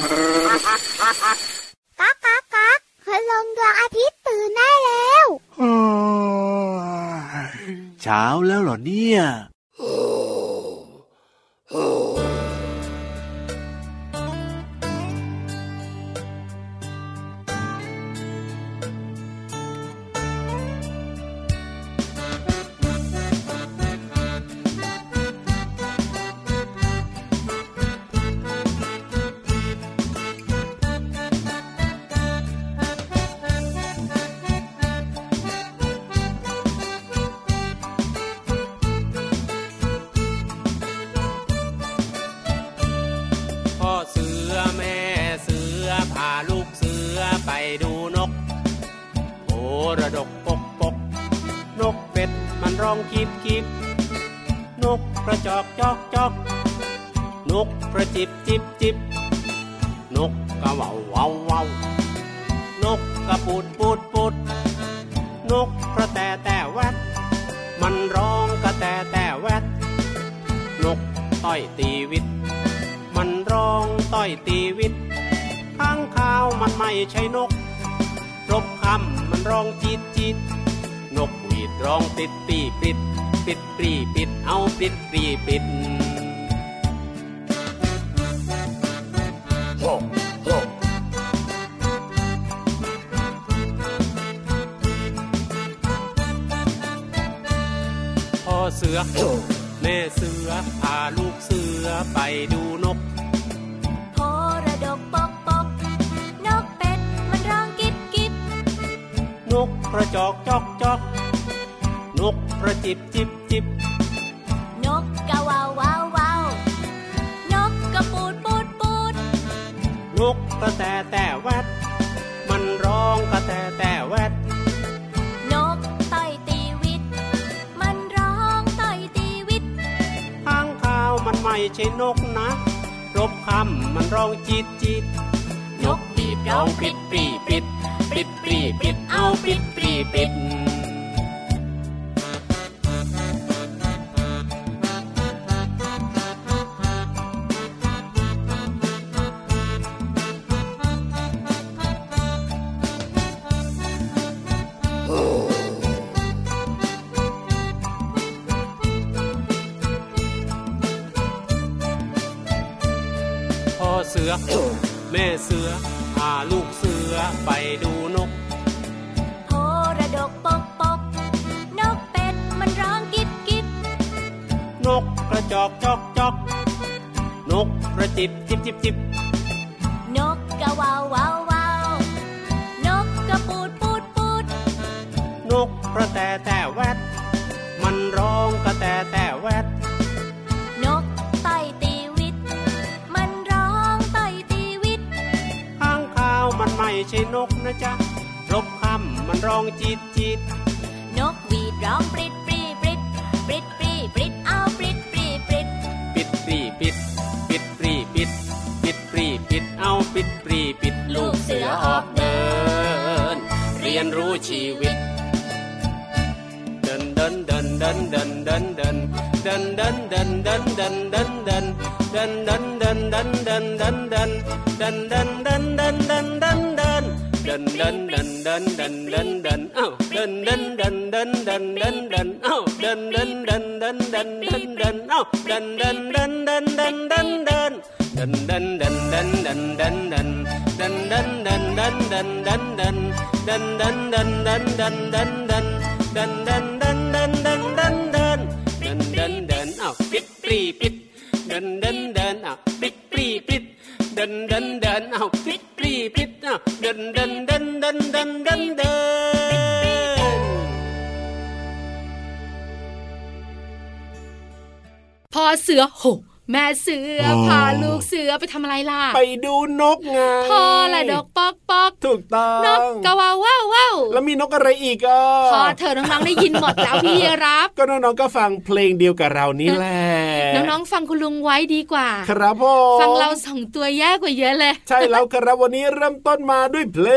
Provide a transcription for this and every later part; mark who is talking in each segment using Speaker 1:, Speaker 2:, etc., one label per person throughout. Speaker 1: กักกักกักพลงดวงอาทิตย์ตื่นได้แล้ว
Speaker 2: เช้าแล้วเหรอเนี่ย
Speaker 3: พ่อเสือแม่เสือพาลูกเสือไปดูนกโหระดกปกปก นกเป็ดมันร้องคีบคีบนกกระจอกจอกจอกนกกระจิบจิบจิบนกกระเหว่าวเว่าวเว่านกกระปูดปูดปูดนกกระแตแต่แวดมันร้องกระแตแต่แวดนกต้อยตีวิต มันร้องต้อยตีวิตข้างข้าวมันไม่ใช่นกรบคำมันร้องจีดจีดนกหวีดร้องติดปีปิด ปิดปรีปิดเอาปิดปรีปิด พ่อเสือ แม่เสือพาลูกเสือไปดูนก
Speaker 4: โพระดกปกปก นกเป็ดมันร้องกิบกิบ
Speaker 3: นกกระจอกจอกจอก นกกระจิบจิบจิบ
Speaker 4: นกกะว่าววาววาวนกกระปูดปูดปูด
Speaker 3: นกกระแตแต่แวดมันร้องกระแตแต่แวด
Speaker 4: นกต่อยตีวิต มันร้องต่อยตีวิต
Speaker 3: ข้างข้าวมันไม่ใช่นกนะ รบคำมันร้องจีดจีดนกปีบร้องปิดปีปิด ปิดปีปิดเอาปิดปีปิด พ่อเสือ แม่เสือพาลูกเสือไปดูนก
Speaker 4: โพระดกปกปก นกเป็ดมันร้องกิบกิบ
Speaker 3: นกกระจอกจอกจอก นกกระจิบจิบจิบจิบ
Speaker 4: นกกะว่าววาววาวนกกระปูดปูดปูด
Speaker 3: นกกระแตแต่แวดมันร้องกระแตแต่แวด
Speaker 4: นกต่อยตีวิต มันร้องต่อยตีวิต
Speaker 3: ข้างข้าวมันไม่ใช่นกนะจ๊ะรบคำมันร้องจีดจีด
Speaker 4: นกหวีดร้องปริดปรีปริดปริดปรีปริดเอาปริดปรีปริด
Speaker 3: ปิดปรีปิด ปิดปรีปิด ปิดปรีปิดเอาปิดปรีปิดลูกเสือออกเดิน เรียนรู้ชีวิต เดินเดินเดินเดินเดินเดินเดินเดินเดินเดินเดินเดินเดินเดินเดินเดินเดินเดินเดินเดินเดินเดินเดินเดินเดินเดินเดินเดินเดินเดินเดินเดินเดินเดินเดินเอ้าเดินเดินเดินเดินเดินเดินเดินเอ้าเดินเดินเดินเดินเดินเดินเดินเอ้าเดินเดินเดินเดินเดินเดินเดิน ดันดันดันดันดันดันดันดันดันดันดันดันดันดันดันดันดันดันดันดันดันดันดันดันดันดันดันดันดันดันดันอ้าวปิดปรีปิดดันดันดันอ้าวปิดปรีปิดดันดันดันอ้าวปิดปรีปิดอ้าวดันดันดันดันดันดันดัน
Speaker 5: พอเสือโหแม่เสือ
Speaker 2: โอ้
Speaker 5: พาลูกเสือไปทำอะไรล่ะ
Speaker 3: ไปดูนกไง
Speaker 5: พอละดอกปอกปอก
Speaker 3: ถูกต้อง
Speaker 5: นกกะว่าวว้าวว้าว
Speaker 3: แล้วมีนกอะไรอีกอ่ะ
Speaker 5: พอเธอน้องๆได้ยินหมดแล้วพี่รับ
Speaker 3: ก็น้องๆก็ฟังเพลงเดียวกับเรานี่แหละ
Speaker 5: น้องๆฟังคุณลุงไว้ดีกว่า
Speaker 3: ครับผม
Speaker 5: ฟังเราสองตัวแย่กว่าเยอะเลย
Speaker 3: ใช่แล้วครับวันนี้เริ่มต้นมาด้วยเพล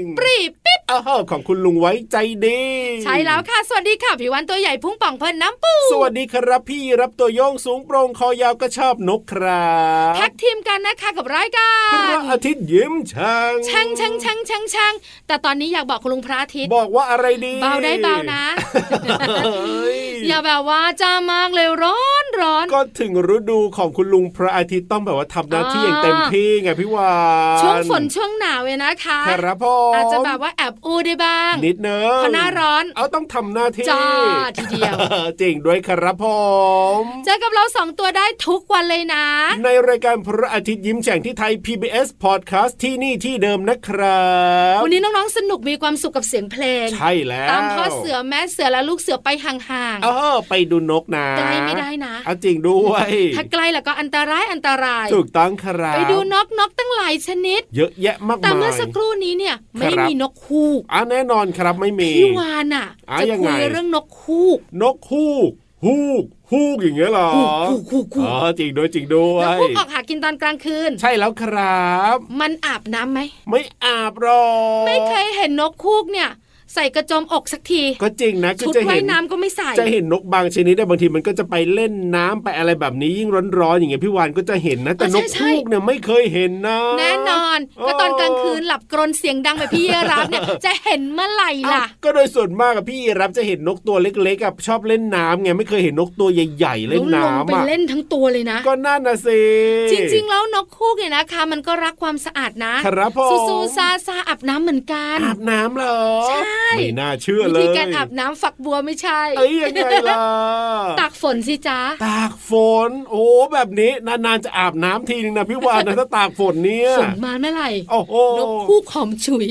Speaker 3: ง
Speaker 5: ปรีบปิ๊บ
Speaker 3: เอ
Speaker 6: อ้าวของคุณลุงไว้ใจดี
Speaker 5: ใช่แล้วค่ะ สวัสดีค่ะ พี่วันตัวใหญ่พุ่งป่องเพลินน้ำปู
Speaker 6: สวัสดีครับ พี่รับตัวโยงสูงโปร่งคอยาวก็ชอบนกครั
Speaker 5: แท็
Speaker 6: บ
Speaker 5: กทีมกันนะคะกับรายกา
Speaker 6: พ
Speaker 5: ร
Speaker 6: ระอาทิตย์ยิ้มช่าง
Speaker 5: ช่างช่างช่างช่างช่างแต่ตอนนี้อยากบอกคุณลุงพระอาทิตย์
Speaker 6: บอกว่าอะไรดี
Speaker 5: เบาได้เบานะ
Speaker 6: เฮ้ย
Speaker 5: อย่าแบบว่าจ้ามากเลยร้อนร้อน
Speaker 6: ก็ถึงฤดูของคุณลุงพระอาทิตย์ต้องแบบว่าทำหน้าที่อย่างเต็มที่ไงพี่วาน
Speaker 5: ช่วงฝนช่วงหนาวเลยนะคะ
Speaker 6: ครับพ่อ
Speaker 5: อา
Speaker 6: อา
Speaker 5: จจะแบบว่าแอบอู้ได้บ้าง
Speaker 6: นิดเนอะ
Speaker 5: เพราะหน้าร้อน
Speaker 6: เอาต้องทำหน้าที่
Speaker 5: จ้าทีเดียว
Speaker 6: จริงด้วยครับผม
Speaker 5: เจอกับเราสองตัวได้ทุกวันเลยนะ
Speaker 6: ในรายการพระอาทิตย์ยิ้มแฉ่งที่ไทย PBS Podcast ที่นี่ที่เดิมนะครับ
Speaker 5: วันนี้น้องๆ สนุกมีความสุขกับเสียงเพลง
Speaker 6: ใช่แล้ว
Speaker 5: ตามพ่อเสือแม่เสือและลูกเสือไปห่าง
Speaker 6: เออไปดูนกนะ
Speaker 5: ๆไกลไม่ได้นะ
Speaker 6: เอาจริงด้วย
Speaker 5: ถ้าไกลแล้วก็อันตรายอันตราย
Speaker 6: ถูกต้องครับ
Speaker 5: ไปดูนกนกตั้งหลายชนิด
Speaker 6: เยอะแยะมาก
Speaker 5: แต่
Speaker 6: มาย
Speaker 5: เมื่อสักครู่นี้เนี่ย ไม่
Speaker 6: ครับ
Speaker 5: มีนกฮูก
Speaker 6: อ่ะแน่นอนครับไม่มี
Speaker 5: พี่วานอ่ะ
Speaker 6: อ่ะ
Speaker 5: จะ
Speaker 6: ยัง
Speaker 5: คุ
Speaker 6: ไง
Speaker 5: ยเรื่องนกฮูก
Speaker 6: นกฮูกฮูกฮูกอย่างเงี้ยเหรอ
Speaker 5: ฮูกฮูกฮูกฮู
Speaker 6: อ๋อก จริงด้วยจริงด้วน
Speaker 5: ก
Speaker 6: ย
Speaker 5: ฮูกออกหากินตอนกลางคืน
Speaker 6: ใช่แล้วครับ
Speaker 5: มันอาบน้ำไหม
Speaker 6: ไม่อาบหรอก
Speaker 5: ไม่เคยเห็นนกคูกเนี่ย ใส่กระโจมอกสักที
Speaker 6: ก็จริงนะคือ
Speaker 5: ชุด
Speaker 6: จะ
Speaker 5: ว่า
Speaker 6: เห็
Speaker 5: ย
Speaker 6: น
Speaker 5: น้ำก็ไม่ใส่
Speaker 6: จะเห็นนกบางชนิดเนี่ยบางทีมันก็จะไปเล่นน้ำไปอะไรแบบนี้ยิ่งร้อนๆอย่างเงี้ยพี่วานก็จะเห็นนะ แต่
Speaker 5: เออน
Speaker 6: ก
Speaker 5: ใช่ใช่
Speaker 6: ฮูกเนี่ยไม่เคยเห็นนะ
Speaker 5: แน่นอน
Speaker 6: เออ
Speaker 5: ก็ตอนกลางคืนหลับกรนเสียงดังแบบพี่เยรับ เนี่ย จะเห็นเมื่อไหร่ล่ะ
Speaker 6: ก็โดยส่วนมากอะพี่รับจะเห็นนกตัวเล็กๆอะชอบเล่นน้ำไงไม่เคยเห็นนกตัวใหญ่ๆเล่
Speaker 5: แล้
Speaker 6: น
Speaker 5: วลงไป
Speaker 6: น้ำอะ
Speaker 5: เล่นทั้งตัวเลยนะ
Speaker 6: ก็น่านะสิ
Speaker 5: จริงๆ แล้วนกคูกเนี่ยนะคะ มันก็รักความสะอาดนะครับ
Speaker 6: ผม
Speaker 5: ซูซูซาซาอาบน้ำเหมือนกัน
Speaker 6: อาบน้ำเหรอ
Speaker 5: ใช่
Speaker 6: ไม่น่าเชื่อ
Speaker 5: วิ
Speaker 6: เลย
Speaker 5: ธีการอาบน้ำฝักบัวไม่ใช่
Speaker 6: เอ้ยยังไงล่ะ
Speaker 5: ตากฝนสิจ้า
Speaker 6: ตากฝน โอ้แบบนี้นานๆจะอาบน้ำทีนึงนะพี่วานนะถ้าตากฝนเนี่ย
Speaker 5: ฝนมาเมื่อไหร่
Speaker 6: โอ้โห
Speaker 5: นกคูกหอมฉุย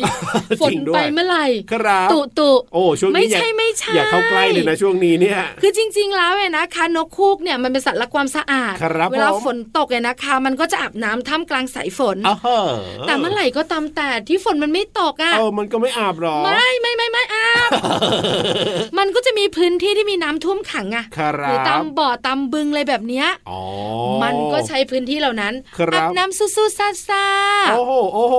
Speaker 5: ฝ
Speaker 6: จ
Speaker 5: น
Speaker 6: ริงด้วย
Speaker 5: ไปเมื่อไหร่
Speaker 6: ครับ
Speaker 5: ตุตุ
Speaker 6: โอ้ช่วง
Speaker 5: ไม่
Speaker 6: นี้อย่า
Speaker 5: ใช่ไม่ใช่
Speaker 6: อย่าเข้าใกล้เลยนะช่วงนี้เนี่ย
Speaker 5: คือจริงๆ แล้วเนี่ยนะคะนกคูกเนี่ยมันเป็นสัตว์รักความสะอาด
Speaker 6: ครับ
Speaker 5: เวลา
Speaker 6: ผม
Speaker 5: ฝนตกเนี่ยนะคะ มันก็จะอาบน้ำท่ามกลางสายฝน
Speaker 6: เอาเหอะ
Speaker 5: แต่เมื่อไหร่ก็ตามแต่ที่ฝนมันไม่ตกอ่ะ
Speaker 6: เออมันก็ไม่อาบหรอก
Speaker 5: ไม่ไม่ไม่ไม่อา บ มันก็จะมีพื้นที่ที่มีน้ำท่วมขังอ่ะ
Speaker 6: ครั
Speaker 5: หรือตา
Speaker 6: บ
Speaker 5: มบ่อตามบึงอะไรแบบเนี้ย
Speaker 6: อ๋อ
Speaker 5: มันก็ใช้พื้นที่เหล่านั้น
Speaker 6: ครับ
Speaker 5: อาบน้ำสู้ๆซ่า
Speaker 6: โอ้โหโอ้โห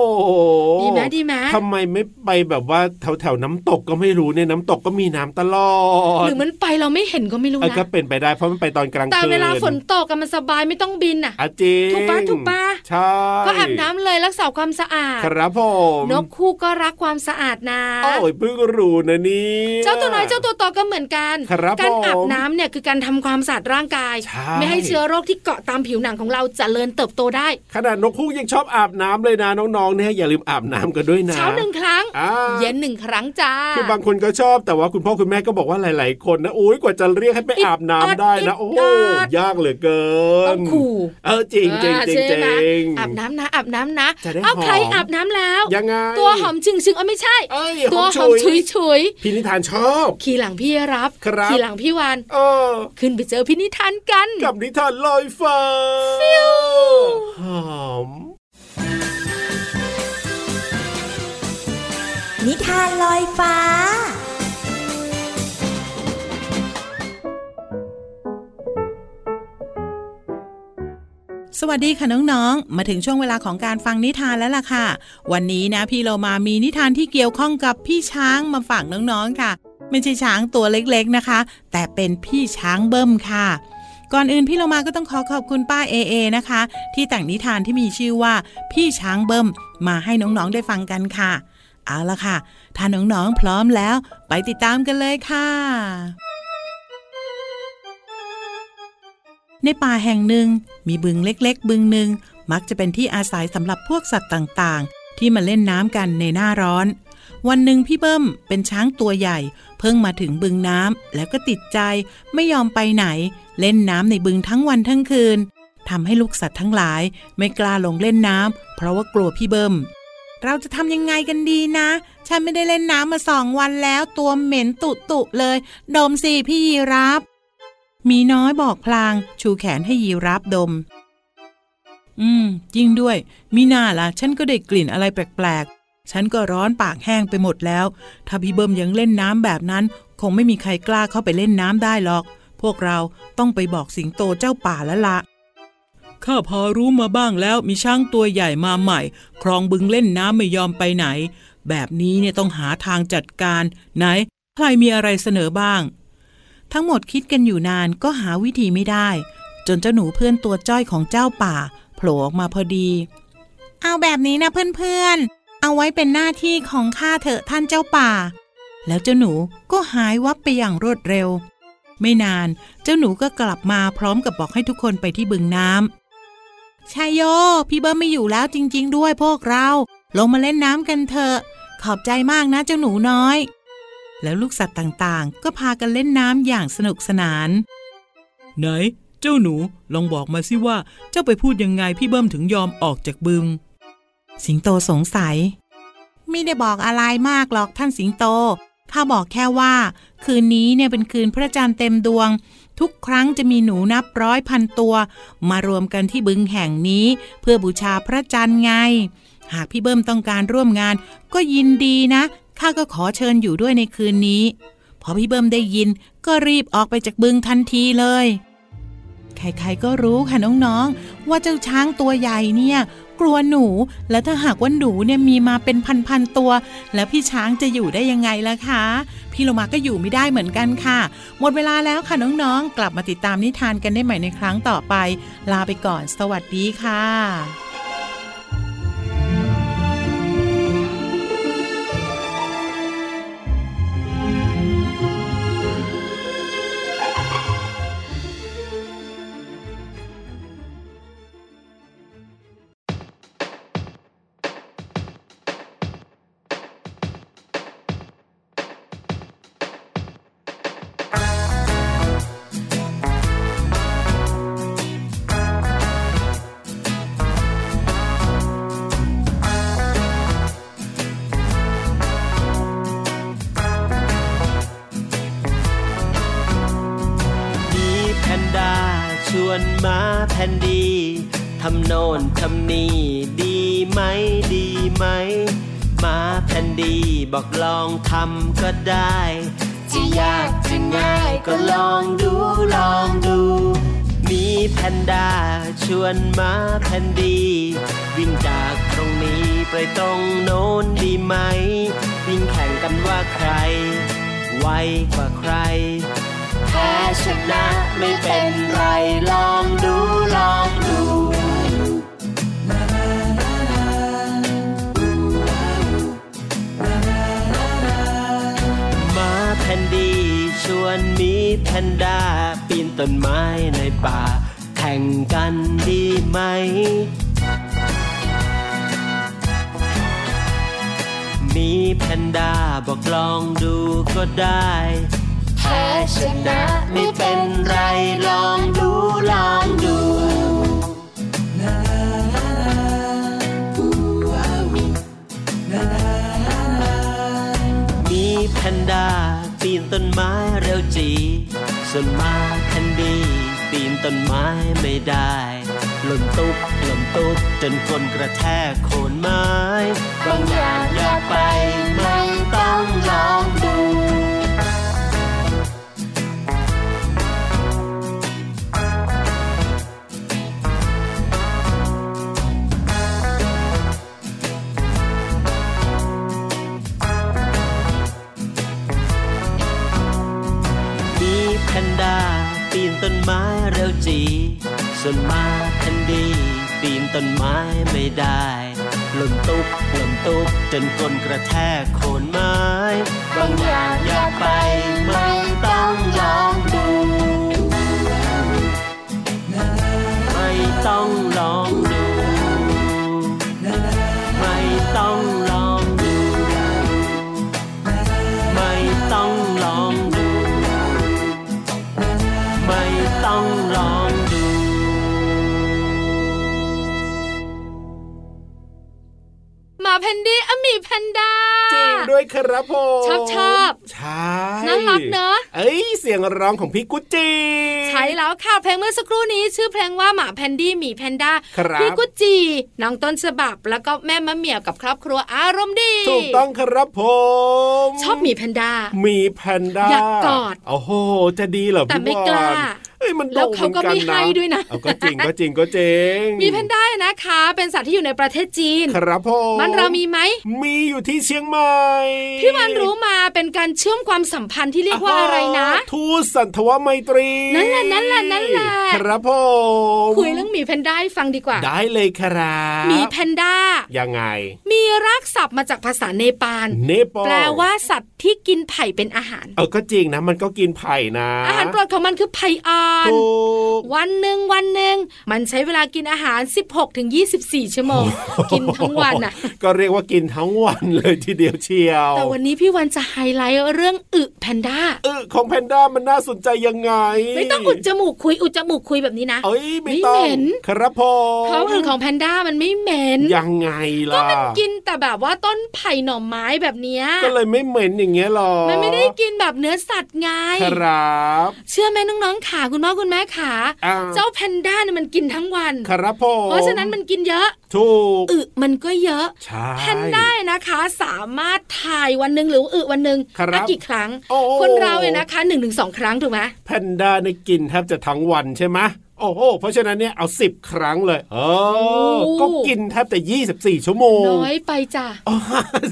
Speaker 5: ๆดีไหมดีไหม
Speaker 6: ทำไมไม่ไปแบบว่าแถวแถวๆน้ำตกก็ไม่รู้เนี่ยน้ำตกก็มีน้ำตลอด
Speaker 5: หรือมันไปเราไม่เห็นก็ไม่รู้
Speaker 6: เออ
Speaker 5: นะ
Speaker 6: ก็เป็นไปได้เพราะมันไปตอนกลางคืน
Speaker 5: แต่เวลาฝนตกอะมันสบายไม่ต้องบินอ่ะ
Speaker 6: อาจริง
Speaker 5: ถูกปะถูกปะ
Speaker 6: ใช่
Speaker 5: ก็อาบน้ำเลยรักษาความสะอาด
Speaker 6: ครับผม
Speaker 5: นกคู่ก็รักความสะอาดนะ
Speaker 6: โอ้ยเพิ่งรู้นะเนี่ย
Speaker 5: เจ้าตัวน้อยเจ้าตัวโตก็เหมือนกัน
Speaker 6: ครับ
Speaker 5: การอา
Speaker 6: ผ
Speaker 5: บ
Speaker 6: ม
Speaker 5: น้ำเนี่ยคือการทำความสะอาดร่างกาย
Speaker 6: ใช่
Speaker 5: ไม่ให้เชื้อโรคที่เกาะตามผิวหนังของเราเจริญเติบโตได้
Speaker 6: ขนาดนกฮูกยังชอบอาบน้ำเลยนะน้องๆเนี่ยอย่าลืมอาบน้ำกันด้วยนะ
Speaker 5: เช้าหนึ่งครั้ง
Speaker 6: อ่า
Speaker 5: เย็นหนึ่งครั้งจ้า
Speaker 6: คือบางคนก็ชอบแต่ว่าคุณพ่อคุณแม่ก็บอกว่าหลาย ๆ คนนะโอ้ยกว่าจะเรียกให้ไปอาบน้ำได้นะ
Speaker 5: อิ
Speaker 6: โอ้
Speaker 5: ดอัดอิดอัด
Speaker 6: ยากเหลือเกิน
Speaker 5: ต้องขู่
Speaker 6: เออจริงจริง
Speaker 5: อ่า
Speaker 6: จริง
Speaker 5: ใช่ไหม
Speaker 6: จริง
Speaker 5: อาบน้ำนะอาบน้ำนะ
Speaker 6: จะได้
Speaker 5: เอาใคร
Speaker 6: หอม
Speaker 5: อาบน้ำแล้ว
Speaker 6: ยังไง
Speaker 5: ตัวหอมชึงชึงๆเอาไม่ใช่
Speaker 6: เอ้ย
Speaker 5: ตัวห
Speaker 6: ฉุ
Speaker 5: อมชุยชุย
Speaker 6: พี่นิทานชอบ
Speaker 5: ๆขี่หลังพี่รับ
Speaker 6: ครับ
Speaker 5: ขี่หลังพี่วาน
Speaker 6: เออ
Speaker 5: ขึ้นไปเจอพี่นิทานกัน
Speaker 6: กับนิทานลอยฟ้าหอม
Speaker 4: นิทานลอยฟ้า
Speaker 7: สวัสดีค่ะน้องๆ มาถึงช่วงเวลาของการฟังนิทานแล้วล่ะค่ะ วันนี้นะพี่เรามามีนิทานที่เกี่ยวข้องกับพี่ช้างมาฝากน้องๆค่ะ ไม่ใช่ช้างตัวเล็กๆนะคะ แต่เป็นพี่ช้างเบิ่มค่ะ ก่อนอื่นพี่เรามาก็ต้องขอขอบคุณป้าเอเอนะคะ ที่แต่งนิทานที่มีชื่อว่า พี่ช้างเบิ่มมาให้น้องๆได้ฟังกันค่ะ เอาละค่ะ ถ้าน้องๆพร้อมแล้ว ไปติดตามกันเลยค่ะ ในป่าแห่งหนึ่งมีบึงเล็กๆ บึงหนึ่งมักจะเป็นที่อาศัยสำหรับพวกสัตว์ต่างๆ ที่มาเล่นน้ำกันในหน้าร้อน วันหนึ่งพี่เบิ้มเป็นช้างตัวใหญ่ เพิ่งมาถึงบึงน้ำแล้วก็ติดใจไม่ยอมไปไหน เล่นน้ำในบึงทั้งวันทั้งคืนทำให้ลูกสัตว์ทั้งหลาย ไม่กล้าลงเล่นน้ำเพราะว่ากลัวพี่เบิ้มเราจะทำยังไงกันดีนะ ฉันไม่ได้เล่นน้ำมาสองวันแล้วตัวเหม็นตุตุๆเลย ดมสิพี่ยีรับ หมีน้อยบอกพลาง ชูแขนให้ยีราฟดม อืม จริงด้วย มิน่าล่ะ ฉันก็ได้กลิ่นอะไรแปลกๆ ฉันก็ร้อนปากแห้งไปหมดแล้ว ถ้าพี่เบิ้มยังเล่นน้ำแบบนั้น คงไม่มีใครกล้าเข้าไปเล่นน้ำได้หรอก พวกเราต้องไปบอกสิงโตเจ้าป่าแล้วละข้าพอรู้มาบ้างแล้วมีช้างตัวใหญ่มาใหม่ ครองบึงเล่นน้ำไม่ยอมไปไหน แบบนี้เนี่ยต้องหาทางจัดการ ไหน ใครมีอะไรเสนอบ้าง ทั้งหมดคิดกันอยู่นานก็หาวิธีไม่ได้ จนเจ้าหนูเพื่อนตัวจ้อยของเจ้าป่าโผล่ออกมาพอดี เอาแบบนี้นะเพื่อนๆ เอาไว้เป็นหน้าที่ของข้าเถอะท่านเจ้าป่า แล้วเจ้าหนูก็หายวับไปอย่างรวดเร็ว ไม่นานเจ้าหนูก็กลับมาพร้อมกับบอกให้ทุกคนไปที่บึงน้ำชายโย พี่เบิ้มไม่อยู่แล้วจริง ๆ ด้วยพวกเรา ลงมาเล่นน้ำกันเถอะ ขอบใจมากนะเจ้าหนูน้อย แล้วลูกสัตว์ต่างๆ ก็พากันเล่นน้ำอย่างสนุกสนาน ไหน เจ้าหนูลองบอกมาสิว่า เจ้าไปพูดยังไงพี่เบิ้มถึงยอมออกจากบึง สิงโตสงสัย ไม่ได้บอกอะไรมากหรอกท่านสิงโต ข้าบอกแค่ว่า คืนนี้เนี่ยเป็นคืนพระจันทร์เต็มดวง ทุกครั้งจะมีหนูนับร้อยพันตัว มารวมกันที่บึงแห่งนี้ เพื่อบูชาพระจันทร์ไง หากพี่เบิ้มต้องการร่วมงาน ก็ยินดีนะ ข้าก็ขอเชิญอยู่ด้วยในคืนนี้ พอพี่เบิ้มได้ยิน ก็รีบออกไปจากบึงทันทีเลย ใครๆก็รู้ค่ะน้องๆ ว่าเจ้าช้างตัวใหญ่เนี่ย กลัวหนู แล้วถ้าหากว่าหนูเนี่ยมีมาเป็นพันๆตัว แล้วพี่ช้างจะอยู่ได้ยังไงล่ะคะ พี่โลมาก็อยู่ไม่ได้เหมือนกันค่ะ หมดเวลาแล้วค่ะน้องๆ กลับมาติดตามนิทานกันได้ใหม่ในครั้งต่อไป ลาไปก่อน สวัสดีค่ะ
Speaker 8: มีแพนด้าชวนหมาแพนดี ทำโน่นทำนี่ดีไหมดีไหมหมาแพนดีบอกลองทำก็ได้ จะยากจะง่ายก็ลองดูลองดู มีแพนด้าชวนหมาแพนดี วิ่งจากตรงนี้ไปตรงโน้นดีไหม วิ่งแข่งกันว่าใคร ไวกว่าใคร แพ้ชนะไม่เป็นไรลองดูลองดู หมาแพนดีชวนหมีแพนด้าปีนต้นไม้ในป่า แข่งกันดีไหม มีแพนด้าบอกลองดูก็ได้ แพ้ชนะไม่เป็นไรลองดูลองดู มีแพนด้าปีนต้นไม้เร็วจี ส่วนหมาแพนดีปีนต้นไม้ไม่ได้หล่นตุ๊บหล่นตุ๊บจนคนกระแทกโคนไม้บางอย่างอย่าไปไม่ต้องลองดู มีแพนด้าปีนต้นไม้เร็วจี ส่วนหมาแพนดีปีนต้นไม้ไม่ได้หล่นตุ๊บหล่นตุ๊บจนก้นกระแทกโคนไม้ บางอย่างอย่าไปไม่ต้องลองดู ไม่ต้องลองดู ไม่ต้องลองดู ไม่ต้องลองดู ไม่ต้องลองดู
Speaker 5: หมาแพนดี้อะหมีแพนด้า
Speaker 6: จริงด้วยครับผม
Speaker 5: ชอบชอบ
Speaker 6: ใช่
Speaker 5: น่ารักเนอะ
Speaker 6: เอ้ยเสียงร้องของพี่กุจิ
Speaker 5: ใช่แล้วค่ะเพลงเมื่อสักครู่นี้ ชื่อเพลงว่าหมาแพนดี้หมีแพนด้า
Speaker 6: ครับ
Speaker 5: พี่กุจีน้องต้นฉบับแล้วก็แม่มะเหมี่ยวกับครอบครัวอารมณ์ดี
Speaker 6: ถูกต้องครับผม
Speaker 5: ชอบหมีแพนด้า
Speaker 6: หมีแพนด้า
Speaker 5: อยากกอด
Speaker 6: โอ้โห จะดีเหรอ
Speaker 5: แต่
Speaker 6: พี่
Speaker 5: ไม่
Speaker 6: บอล
Speaker 5: กล้า
Speaker 6: อ้ยมันโด่
Speaker 5: แล้ว
Speaker 6: ง
Speaker 5: เขาก็ไม่
Speaker 6: เอนน
Speaker 5: ให้ด้วยนะ
Speaker 6: เอาก็จริงก็จริงก็จริง
Speaker 5: มีแพนด้านะคะ เป็นสัตว์ที่อยู่ในประเทศจีน
Speaker 6: ครับผม
Speaker 5: บ้านเรามีไหม
Speaker 6: มีอยู่ที่เชียงใหม่
Speaker 5: พี่วันรู้มาเป็นการเชื่อมความสัมพันธ์ที่เรียกว่าอะไรนะ
Speaker 6: ทูตสันทวไมตรี
Speaker 5: นั่นแหละนั่นแหละนั่นแหละ
Speaker 6: ครับผม
Speaker 5: คุยเรื่องหมีแพนด้าให้ฟังดีกว่า
Speaker 6: ได้เลยครับ
Speaker 5: หมีแพนด้า
Speaker 6: ยังไง
Speaker 5: มีรากศัพท์มาจากภาษาเนปาล
Speaker 6: เนปอล
Speaker 5: แปลว่าสัตว์ที่กินไผ่เป็นอาหาร
Speaker 6: เออก็จริงนะ มันก็กินไผ่นะ
Speaker 5: อาหารโปรดของมันคือไผ่อ่อน
Speaker 6: ถูก
Speaker 5: วันหนึ่งวันหนึ่งมันใช้เวลากินอาหาร 16-24 ชั่วโม ง กินทั้งวันน่ะ
Speaker 6: ก็เรียกว่ากินทั้งวันเลยทีเดียวเชียว
Speaker 5: แต่วันนี้พี่วันจะไฮไลท์เรื่องอึแพนด้า
Speaker 6: เออของแพนด้ามันน่าสนใจยังไง
Speaker 5: ไม่ต้องอุดจมูกคุยอุดจมูกคุยแบบนี้นะ
Speaker 6: เอ้ยไม่
Speaker 5: ไม่
Speaker 6: ต้อ
Speaker 5: เหม็
Speaker 6: ง
Speaker 5: น
Speaker 6: ครับพอ
Speaker 5: เพราะอึของแพนด้ามันไม่เหม็น
Speaker 6: ยังไงล่ะ
Speaker 5: มันกินแต่แบบว่าต้นไผ่หน่อไม้แบบเนี้ย
Speaker 6: ก็เลยไม่เหม็นอย่างเงี้ยหรอ
Speaker 5: มันไม่ได้กินแบบเนื้อสัตว์ไง
Speaker 6: ครับ
Speaker 5: เชื่อไหมน้องๆขาคุณพ่อคุณแม่ขา
Speaker 6: อ่
Speaker 5: เจ้าแพนด้าเนี่ยมันกินทั้งวัน
Speaker 6: ครับพอ
Speaker 5: เพราะฉะนั้นมันกินเยอะ
Speaker 6: ถูก
Speaker 5: อึมันก็เยอะ
Speaker 6: ใช่
Speaker 5: แพนด้าเนี่ยนะคะสามารถถ่ายวันหนึ่งหรือว่าอึวันหนึ่ง
Speaker 6: ครับ
Speaker 5: ได้กี่ครั้ง
Speaker 6: โอ้
Speaker 5: คนเราเนี่ยนะคะหนึ่งถึงสองครั้งถูกไหม
Speaker 6: แพนด้าเนี่ยกินแทบจะทั้งวันใช่ไหมโอ้โหเพราะฉะนั้นเนี่ยเอาสิบครั้งเลยเออก็กินแทบจะ24 ชั่วโมง
Speaker 5: น้อยไปจ้ะ
Speaker 6: อ๋อ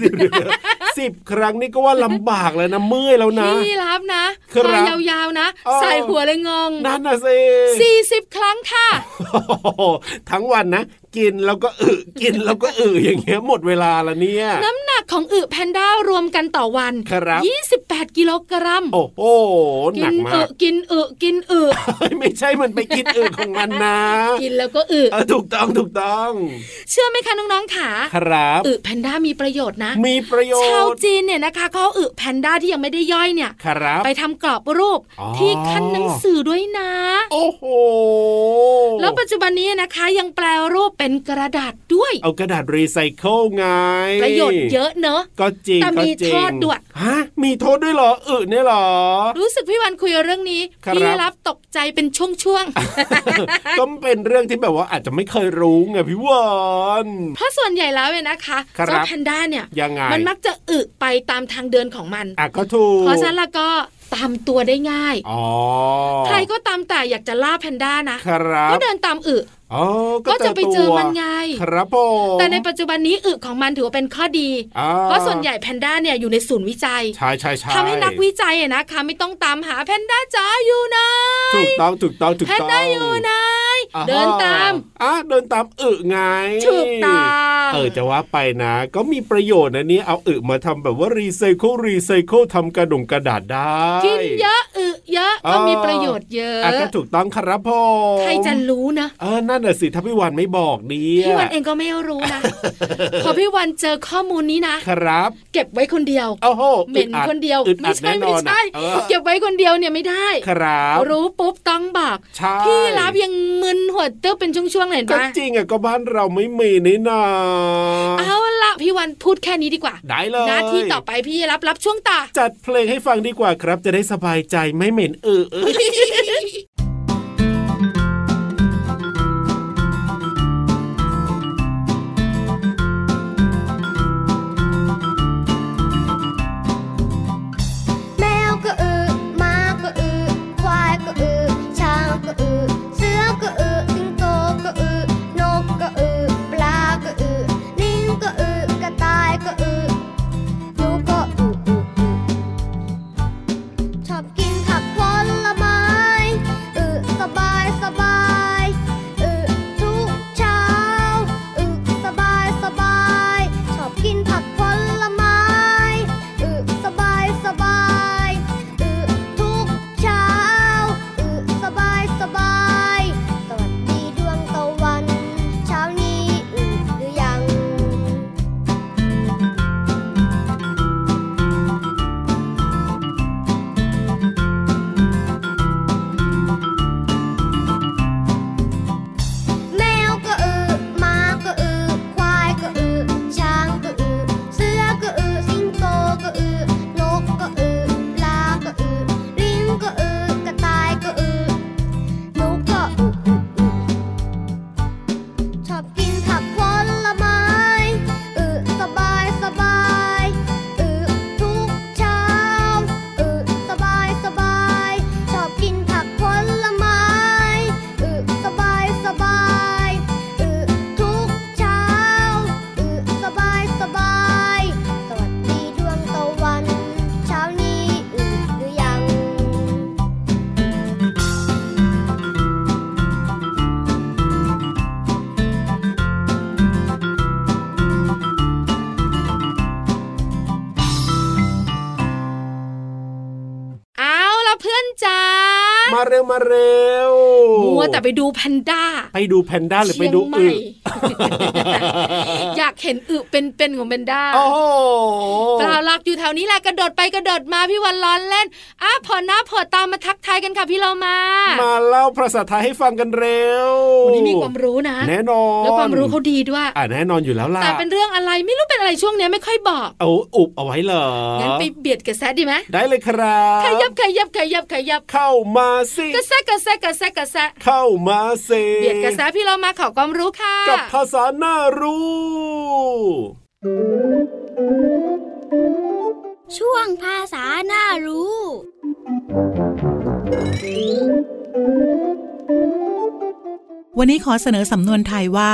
Speaker 6: สิบเดือน สิบครั้งนี่ก็ว่าลำบากแล้วนะเมื่อยแล้วนะ
Speaker 5: พี่รับนะครับ มายาวๆนะ
Speaker 6: เออ
Speaker 5: ใส่หัวเลยงง
Speaker 6: นั่นน่ะสิ
Speaker 5: สี่สิบครั้งค่ะ
Speaker 6: โอ้โหทั้งวันนะ กินแล้วก็อึกินแล้วก็อึอย่างเงี้ยหมดเวลาแล้วเนี่ย
Speaker 5: น้ำหนักของอึแพนด้ารวมกันต่อวัน
Speaker 6: ครับ
Speaker 5: ยี่สิบแปดกิโลกรัม
Speaker 6: โอ้โหห
Speaker 5: กิ
Speaker 6: นัก
Speaker 5: อึ
Speaker 6: มาก
Speaker 5: กินอึกินอึ
Speaker 6: เฮ้ยไม่ใช่มันไปกินอึของมันนะ
Speaker 5: กินแล้วก็อึ
Speaker 6: เออถูกต้องถูกต้อง
Speaker 5: เชื่อไหมคะน้องๆขา
Speaker 6: ครับ
Speaker 5: อึแพนด้ามีประโยชน์นะ
Speaker 6: มีประโย
Speaker 5: ชาว
Speaker 6: ชน์
Speaker 5: จีนเนี่ยนะคะเขาเอาอึแพนด้าที่ยังไม่ได้ย่อยเนี่ย
Speaker 6: ครับ
Speaker 5: ไปทำกรอบรูป
Speaker 6: อ๋อ
Speaker 5: ที่ขั้นหนังสือด้วยนะ
Speaker 6: โอ้โห
Speaker 5: แล้วปัจจุบันนี้นะคะยังแปลรูปเป็นกระดาษด้วย
Speaker 6: เอากระดาษรีไซเคิลไง
Speaker 5: ประโยชน์เยอะเนอะ
Speaker 6: ก็จริง
Speaker 5: แต่
Speaker 6: ก็
Speaker 5: มี
Speaker 6: จริง
Speaker 5: โทษด้วย
Speaker 6: ฮะมีโทษด้วยเหรออึเนี่ย เหรอ
Speaker 5: รู้สึกพี่วันคุยเรื่องนี้
Speaker 6: ครับ
Speaker 5: พี่รับตกใจเป็นช่วง
Speaker 6: ก็เป็นเรื่องที่แบบว่าอาจจะไม่เคยรู้ไงพี่วอน
Speaker 5: ๆ เพราะส่วนใหญ่แล้วเนี่ยนะคะ
Speaker 6: ครับ
Speaker 5: เจ้าแพนด้าเนี่ย
Speaker 6: ยังไง
Speaker 5: มันมักจะอึไปตามทางเดินของมัน
Speaker 6: อ่ะก็ถูก
Speaker 5: เพราะฉะนั้นแล้วก็ตามตัวได้ง่าย
Speaker 6: อ๋อ
Speaker 5: ใครก็ตามแต่อยากจะล่าแพนด้านะ
Speaker 6: ครับ
Speaker 5: ก็เดินตามอึ
Speaker 6: อ๋อ
Speaker 5: ก็จะ
Speaker 6: ว
Speaker 5: ไปเจอมันไง
Speaker 6: ครับผม
Speaker 5: แต่ในปัจจุบันนี้อึของมันถือว่าเป็นข้อดี
Speaker 6: อ่
Speaker 5: เพราะส่วนใหญ่แพนด้าเนี่ยอยู่ในศูนย์วิจัย
Speaker 6: ใช่ใช่ใช่
Speaker 5: ทำให้นักวิจัยอะนะคะ ไม่ต้องตามหาแพนด้าจ๋าอยู่ไหน
Speaker 6: ถูกต้องถูกต้องถูก
Speaker 5: แพน
Speaker 6: ต้อง
Speaker 5: ด้าอยู่ไหน
Speaker 6: อ่าฮะ
Speaker 5: เดินตาม
Speaker 6: อ่ะเดินตามอึไง
Speaker 5: ถูกตาม
Speaker 6: เออจะว่าไปนะ ก็มีประโยชน์นะเนี่ยเอาอึมาทำแบบว่ารีไซเคิลรีไซเคิลทำกระดงกระดาษได้
Speaker 5: กินเยอะอึเยอะ
Speaker 6: อ๋อ
Speaker 5: ก็มีประโยชน์เยอะ
Speaker 6: อ่ะก็ถูกต้องครับผม
Speaker 5: ใครจะรู้นะ
Speaker 6: เออนั่นน่ะสิถ้าพี่วันไม่บอกเนี่ย
Speaker 5: พี่วันเองก็ไม่รู้นะ พอพี่วันเจอข้อมูลนี้นะ
Speaker 6: ครับ
Speaker 5: เก็บไว้คนเดียว
Speaker 6: โอ้โห
Speaker 5: เหม็นคนเดียว
Speaker 6: อึดอัด
Speaker 5: ไม่ใช่
Speaker 6: แน่น
Speaker 5: ไม่
Speaker 6: อนอะ
Speaker 5: ใช่
Speaker 6: เออ
Speaker 5: เก็บไว้คนเดียวเนี่ยไม่ได้
Speaker 6: ครับ
Speaker 5: รู้ปุ๊บต้องบอก
Speaker 6: ใช่
Speaker 5: พี่รับยังมึนหัวเติ้ลเป็นช่วงๆเลยเห็น
Speaker 6: ก็
Speaker 5: ปะ
Speaker 6: จริงอ่ะก็บ้านเราไม่มีนี่นา
Speaker 5: เอาละพี่วันพูดแค่นี้ดีกว่า
Speaker 6: ได้เลย
Speaker 5: หน้าที่ต่อไปพี่รับรับช่วงต่อ
Speaker 6: จัดเพลงให้ฟังดีกว่าครับ จะได้สบายใจไม่เหม็นอึเออ
Speaker 1: แมวก็อึม้าก็อึควายก็อึช้างก็อึเสือก็อึสิงโตก็อึนกก็อึปลาก็อึลิงก็อึกระต่ายก็อึหนูก็อึอึอึชอบกินผักผลไม้
Speaker 5: จ๋า
Speaker 6: มาเร็วมาเร็ว
Speaker 5: มัวแต่ไปดูแพนด้า
Speaker 6: ไปดูแพนด้าหรือไป
Speaker 5: เชียง
Speaker 6: ดู
Speaker 5: ให
Speaker 6: อึ
Speaker 5: ม่ อยากเห็นอึเป็นๆของแพนด้า
Speaker 6: โอ้โห
Speaker 5: เปล่าหรอกอยู่แถวนี้แหละกระโดดไปกระโดดมาพี่วันร้อนเล่นอ้าพอหน้าพอตามมาทักทายกันค่ะพี่เรามา
Speaker 6: มาเล่าภาษาไทยให้ฟังกันเร็ว
Speaker 5: วันนี้มีความรู้นะ
Speaker 6: แน่นอน
Speaker 5: แล้วความรู้เขาดีด้วย
Speaker 6: อ่าแน่นอนอยู่แล้วล่ะ
Speaker 5: แต่เป็นเรื่องอะไรไม่รู้เป็นอะไรช่วงเนี้ยไม่ค่อยบอก
Speaker 6: เอาอุบเอาไว้เหรอ
Speaker 5: งั้นไปเบียดกระแซะดีไหม
Speaker 6: ได้เลยครับ
Speaker 5: ขยับขยับขยับขยับ
Speaker 6: เข้ามาสิ
Speaker 5: กระแซะกระแซะกระแซะกระแซะ
Speaker 6: เข้ามาสิ
Speaker 5: เบียดกระแซะพี่เรามาขอความรู้ค่ะ
Speaker 6: กับภาษาน่ารู้
Speaker 4: ช่วงภาษาหน้ารู้
Speaker 7: วันนี้ขอเสนอสำนวนไทยว่า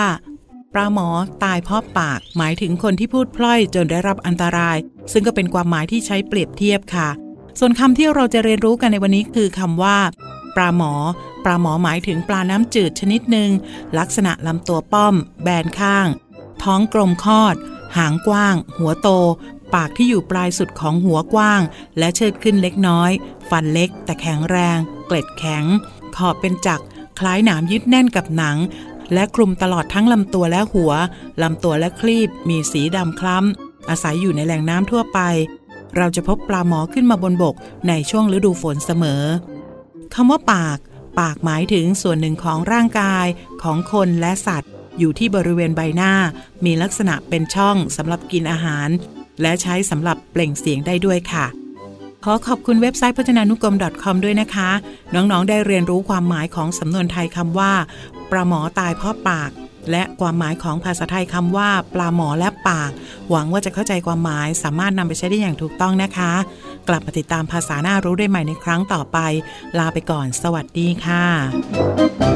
Speaker 7: ปลาหมอตายเพราะปาก หมายถึงคนที่พูดพล่อยจนได้รับอันตราย ซึ่งก็เป็นความหมายที่ใช้เปรียบเทียบค่ะ ส่วนคำที่เราจะเรียนรู้กันในวันนี้คือคำว่า ปลาหมอ ปลาหมอหมายถึงปลาน้ำจืดชนิดหนึ่งลักษณะลำตัวป้อม แบนข้าง ท้องกลมคอด หางกว้าง หัวโต ปากที่อยู่ปลายสุดของหัวกว้าง และเชิดขึ้นเล็กน้อย ฟันเล็ก แต่แข็งแรง เกล็ดแข็ง ขอบเป็นจักรคล้ายหนามยึดแน่นกับหนัง และคลุมตลอดทั้งลำตัวและหัว ลำตัวและคลีบ มีสีดำคล้ำ อาศัยอยู่ในแหล่งน้ำทั่วไป เราจะพบปลาหมอขึ้นมาบนบกในช่วงฤดูฝนเสมอ คำว่าปาก ปากหมายถึงส่วนหนึ่งของร่างกายของคนและสัตว์ อยู่ที่บริเวณใบหน้า มีลักษณะเป็นช่องสำหรับกินอาหาร และใช้สำหรับเปล่งเสียงได้ด้วยค่ะ ขอขอบคุณเว็บไซต์พจนานุกรม .com ด้วยนะคะ น้องๆ ได้เรียนรู้ความหมายของสำนวนไทยคำว่า ปลาหมอตายเพราะปาก และความหมายของภาษาไทยคำว่า ปลาหมอและปาก หวังว่าจะเข้าใจความหมายสามารถนำไปใช้ได้อย่างถูกต้องนะคะ กลับมาติดตามภาษาหน้ารู้ได้ใหม่ในครั้งต่อไป ลาไปก่อน สวัสดีค่ะ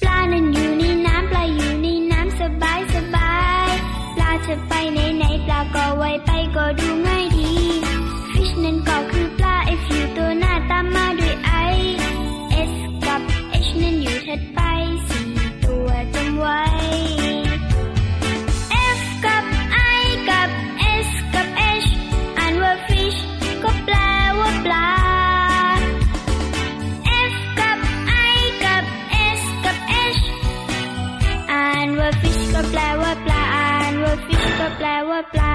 Speaker 1: ปลานั้นอยู่ในน้ำปลาอยู่ในน้ำสบายสบายปลาจะไปไหนไหนปลาก็ไวไปก็ดูง่ายดี fish นั้นก็คือปลา f u ตัวหน้าตามมาด้วย i s กับ h นั้นอยู่ถัดไปสี่ตัวจำไว้ f กับ i กับ s กับ h อ่านว่า fish ก็แปลว่าปลา F กับ I กับ S กับ H อ่านว่า fish ก็แปลว่าปลา อ่านว่า fish ก็แปลว่าปลา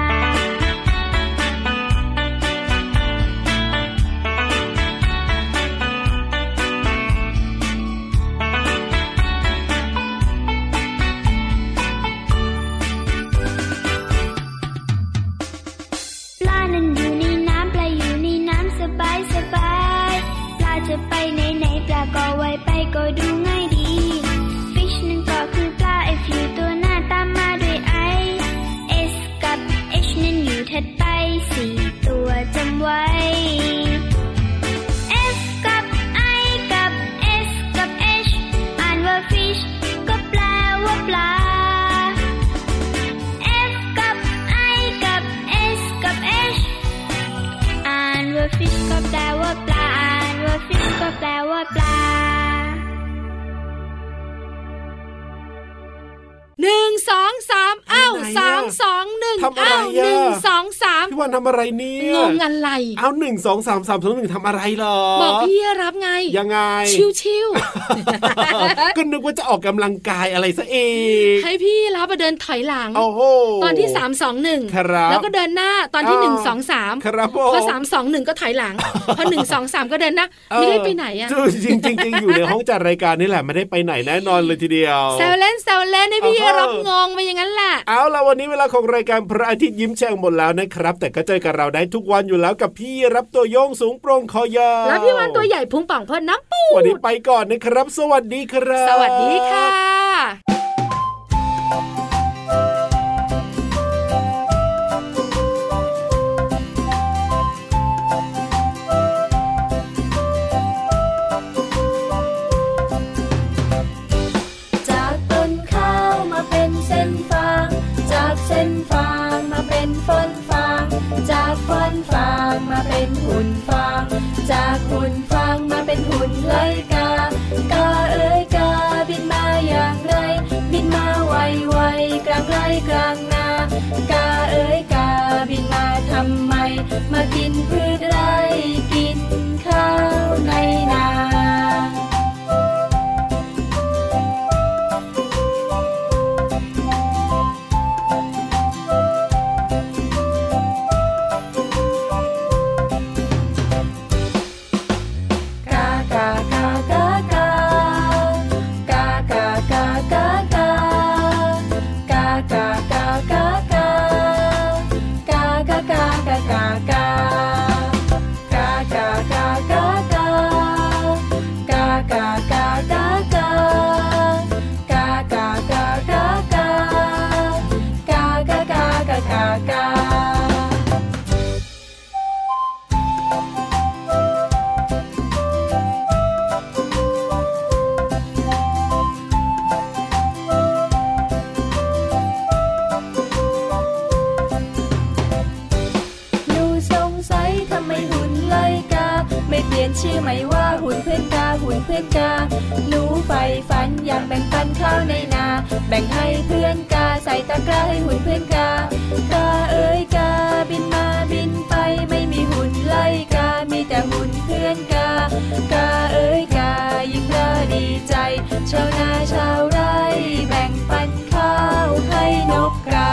Speaker 1: ปลานั้นอยู่ในน้ำปลาอยู่ในน้ำสบายสบายปลาจะไปไหนไหนปลาก็ไวไปก็ดูง่ายดี fish นั้นก็คือปลา f u ตัวหน้าตามมาด้วย i s กับ h นั้นอยู่ถัดไปสี่ตัวจำไว้ F กับ I กับ S กับ H อ่านว่า fish ก็แปลว่าปลา F กับ I กับ S กับ H อ่านว่า fish ก็แปลว่าปลา อ่านว่า fish ก็แปลว่าปลา
Speaker 5: หนึ่งสองสามเอ้า
Speaker 6: ไหนอะ
Speaker 5: สามสองหนึ่ง
Speaker 6: ทำอะไร
Speaker 5: เอ้า
Speaker 6: อะ
Speaker 5: หนึ่งสองสาม
Speaker 6: พี่วันทำอะไรเนี่ย
Speaker 5: งงอะไร
Speaker 6: เอาหนึ่งสองสามสามสองหนึ่งทำอะไรเหรอ
Speaker 5: บอกพี่รับไง
Speaker 6: ยังไง
Speaker 5: ชิวชิว
Speaker 6: ก็นึกว่าจะออกกำลังกายอะไรซะเอง
Speaker 5: ๆให้พี่รับมาเดินถอยหลัง
Speaker 6: โอ้โห
Speaker 5: ตอนที่สามสองหนึ่ง
Speaker 6: ครับ
Speaker 5: แล้วก็เดินหน้าตอนที่
Speaker 6: อ้าว
Speaker 5: หนึ่งสองสาม
Speaker 6: ครับผม
Speaker 5: พอสามสองหนึ่งก็ถอยหลั ง พอหนึ่งสองสามก็เดินหน้าไม่ได้ไปไหนอะ
Speaker 6: เจริงๆจริงๆอยู่ในห้องจัดรายการนี่แหละไม่ได้ไปไหนแน่นอนเลยทีเดียว
Speaker 5: แซวเล่นแซวเล่นให้พี่
Speaker 6: อ้าว
Speaker 5: รับงงไปอย่างนั้นแหละ
Speaker 6: เอาละวันนี้เวลาของรายการพระอาทิตย์ยิ้มแฉ่งหมดแล้วนะครับ แต่ก็เจอกับเราได้ทุกวันอยู่แล้วกับพี่รับตัวโยงสูงโปร่งคอยาว
Speaker 5: แล้วพี่วันตัวใหญ่พุงป่องพ่นน้ำปู
Speaker 6: วัน
Speaker 5: ด
Speaker 6: นี้ไปก่อนนะครับ สวัสดีครับ
Speaker 5: สวัสดีค่ะ
Speaker 4: จากต้นข้าวมาเป็นเส้นฟาง จากเส้นฟางมาเป็นฝนฟาง จากฝนฟาง
Speaker 9: ากากากากากากากากากากากากากากากากากากากากากากากากากากากากากา หนูสงสัยทำไมหุ่นไลกา ไม่เปลี่ยนชื่อไหมว่าหุ่นเพื่อนกาหุ่นเพื่อนกาหนูใฝ่ฝันอยากแบ่งปันข้าวในนา แบ่งให้เพื่อนกาใส่ตะกร้าให้หุ่นเพื่อนกากาเอ้ยกาบินมาบินไปไม่มีหุ่นไลกา มีแต่หุ่นเพื่อนกากาเอ้ยกายิ่งกาดีใจชาวนาชาวไร่แบ่งปันข้าวให้นกกา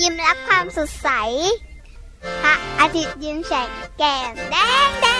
Speaker 1: ยิ้มรับความสดใส พระอาทิตย์ยิ้มแฉกแก้มแดงแดง